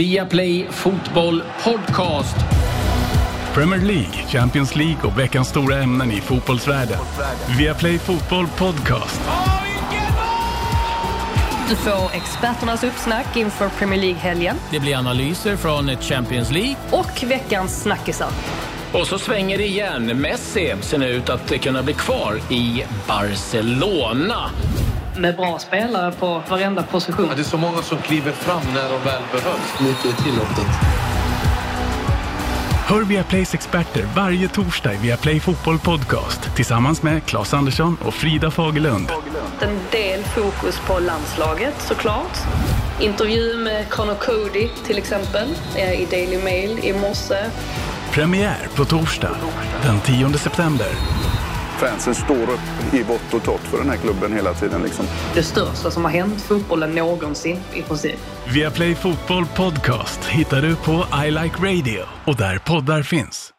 Viaplay Fotboll Podcast. Premier League, Champions League och veckans stora ämnen i fotbollsvärlden. Viaplay Fotboll Podcast. Du får experternas uppsnack inför Premier League-helgen Det blir analyser från ett Champions League. och veckans snackisar. Och så svänger det igen. Messi ser nu ut att kunna bli kvar i Barcelona. med bra spelare på varenda position. Ja, Det är så många som kliver fram när de väl behövs. Mycket är tillåtet. Hör Viaplays experter varje torsdag i Viaplay Fotboll Podcast tillsammans med Claes Andersson och Frida Fagerlund. En del fokus på landslaget såklart. Intervju med Connor Cody till exempel eh, i Daily Mail i morse. Premiär på torsdag den 10 september. fansen står upp i vått och torrt för den här klubben hela tiden. Liksom. Det största som har hänt fotbollen någonsin i princip. Viaplay Fotboll Podcast hittar du på I Like Radio och där poddar finns.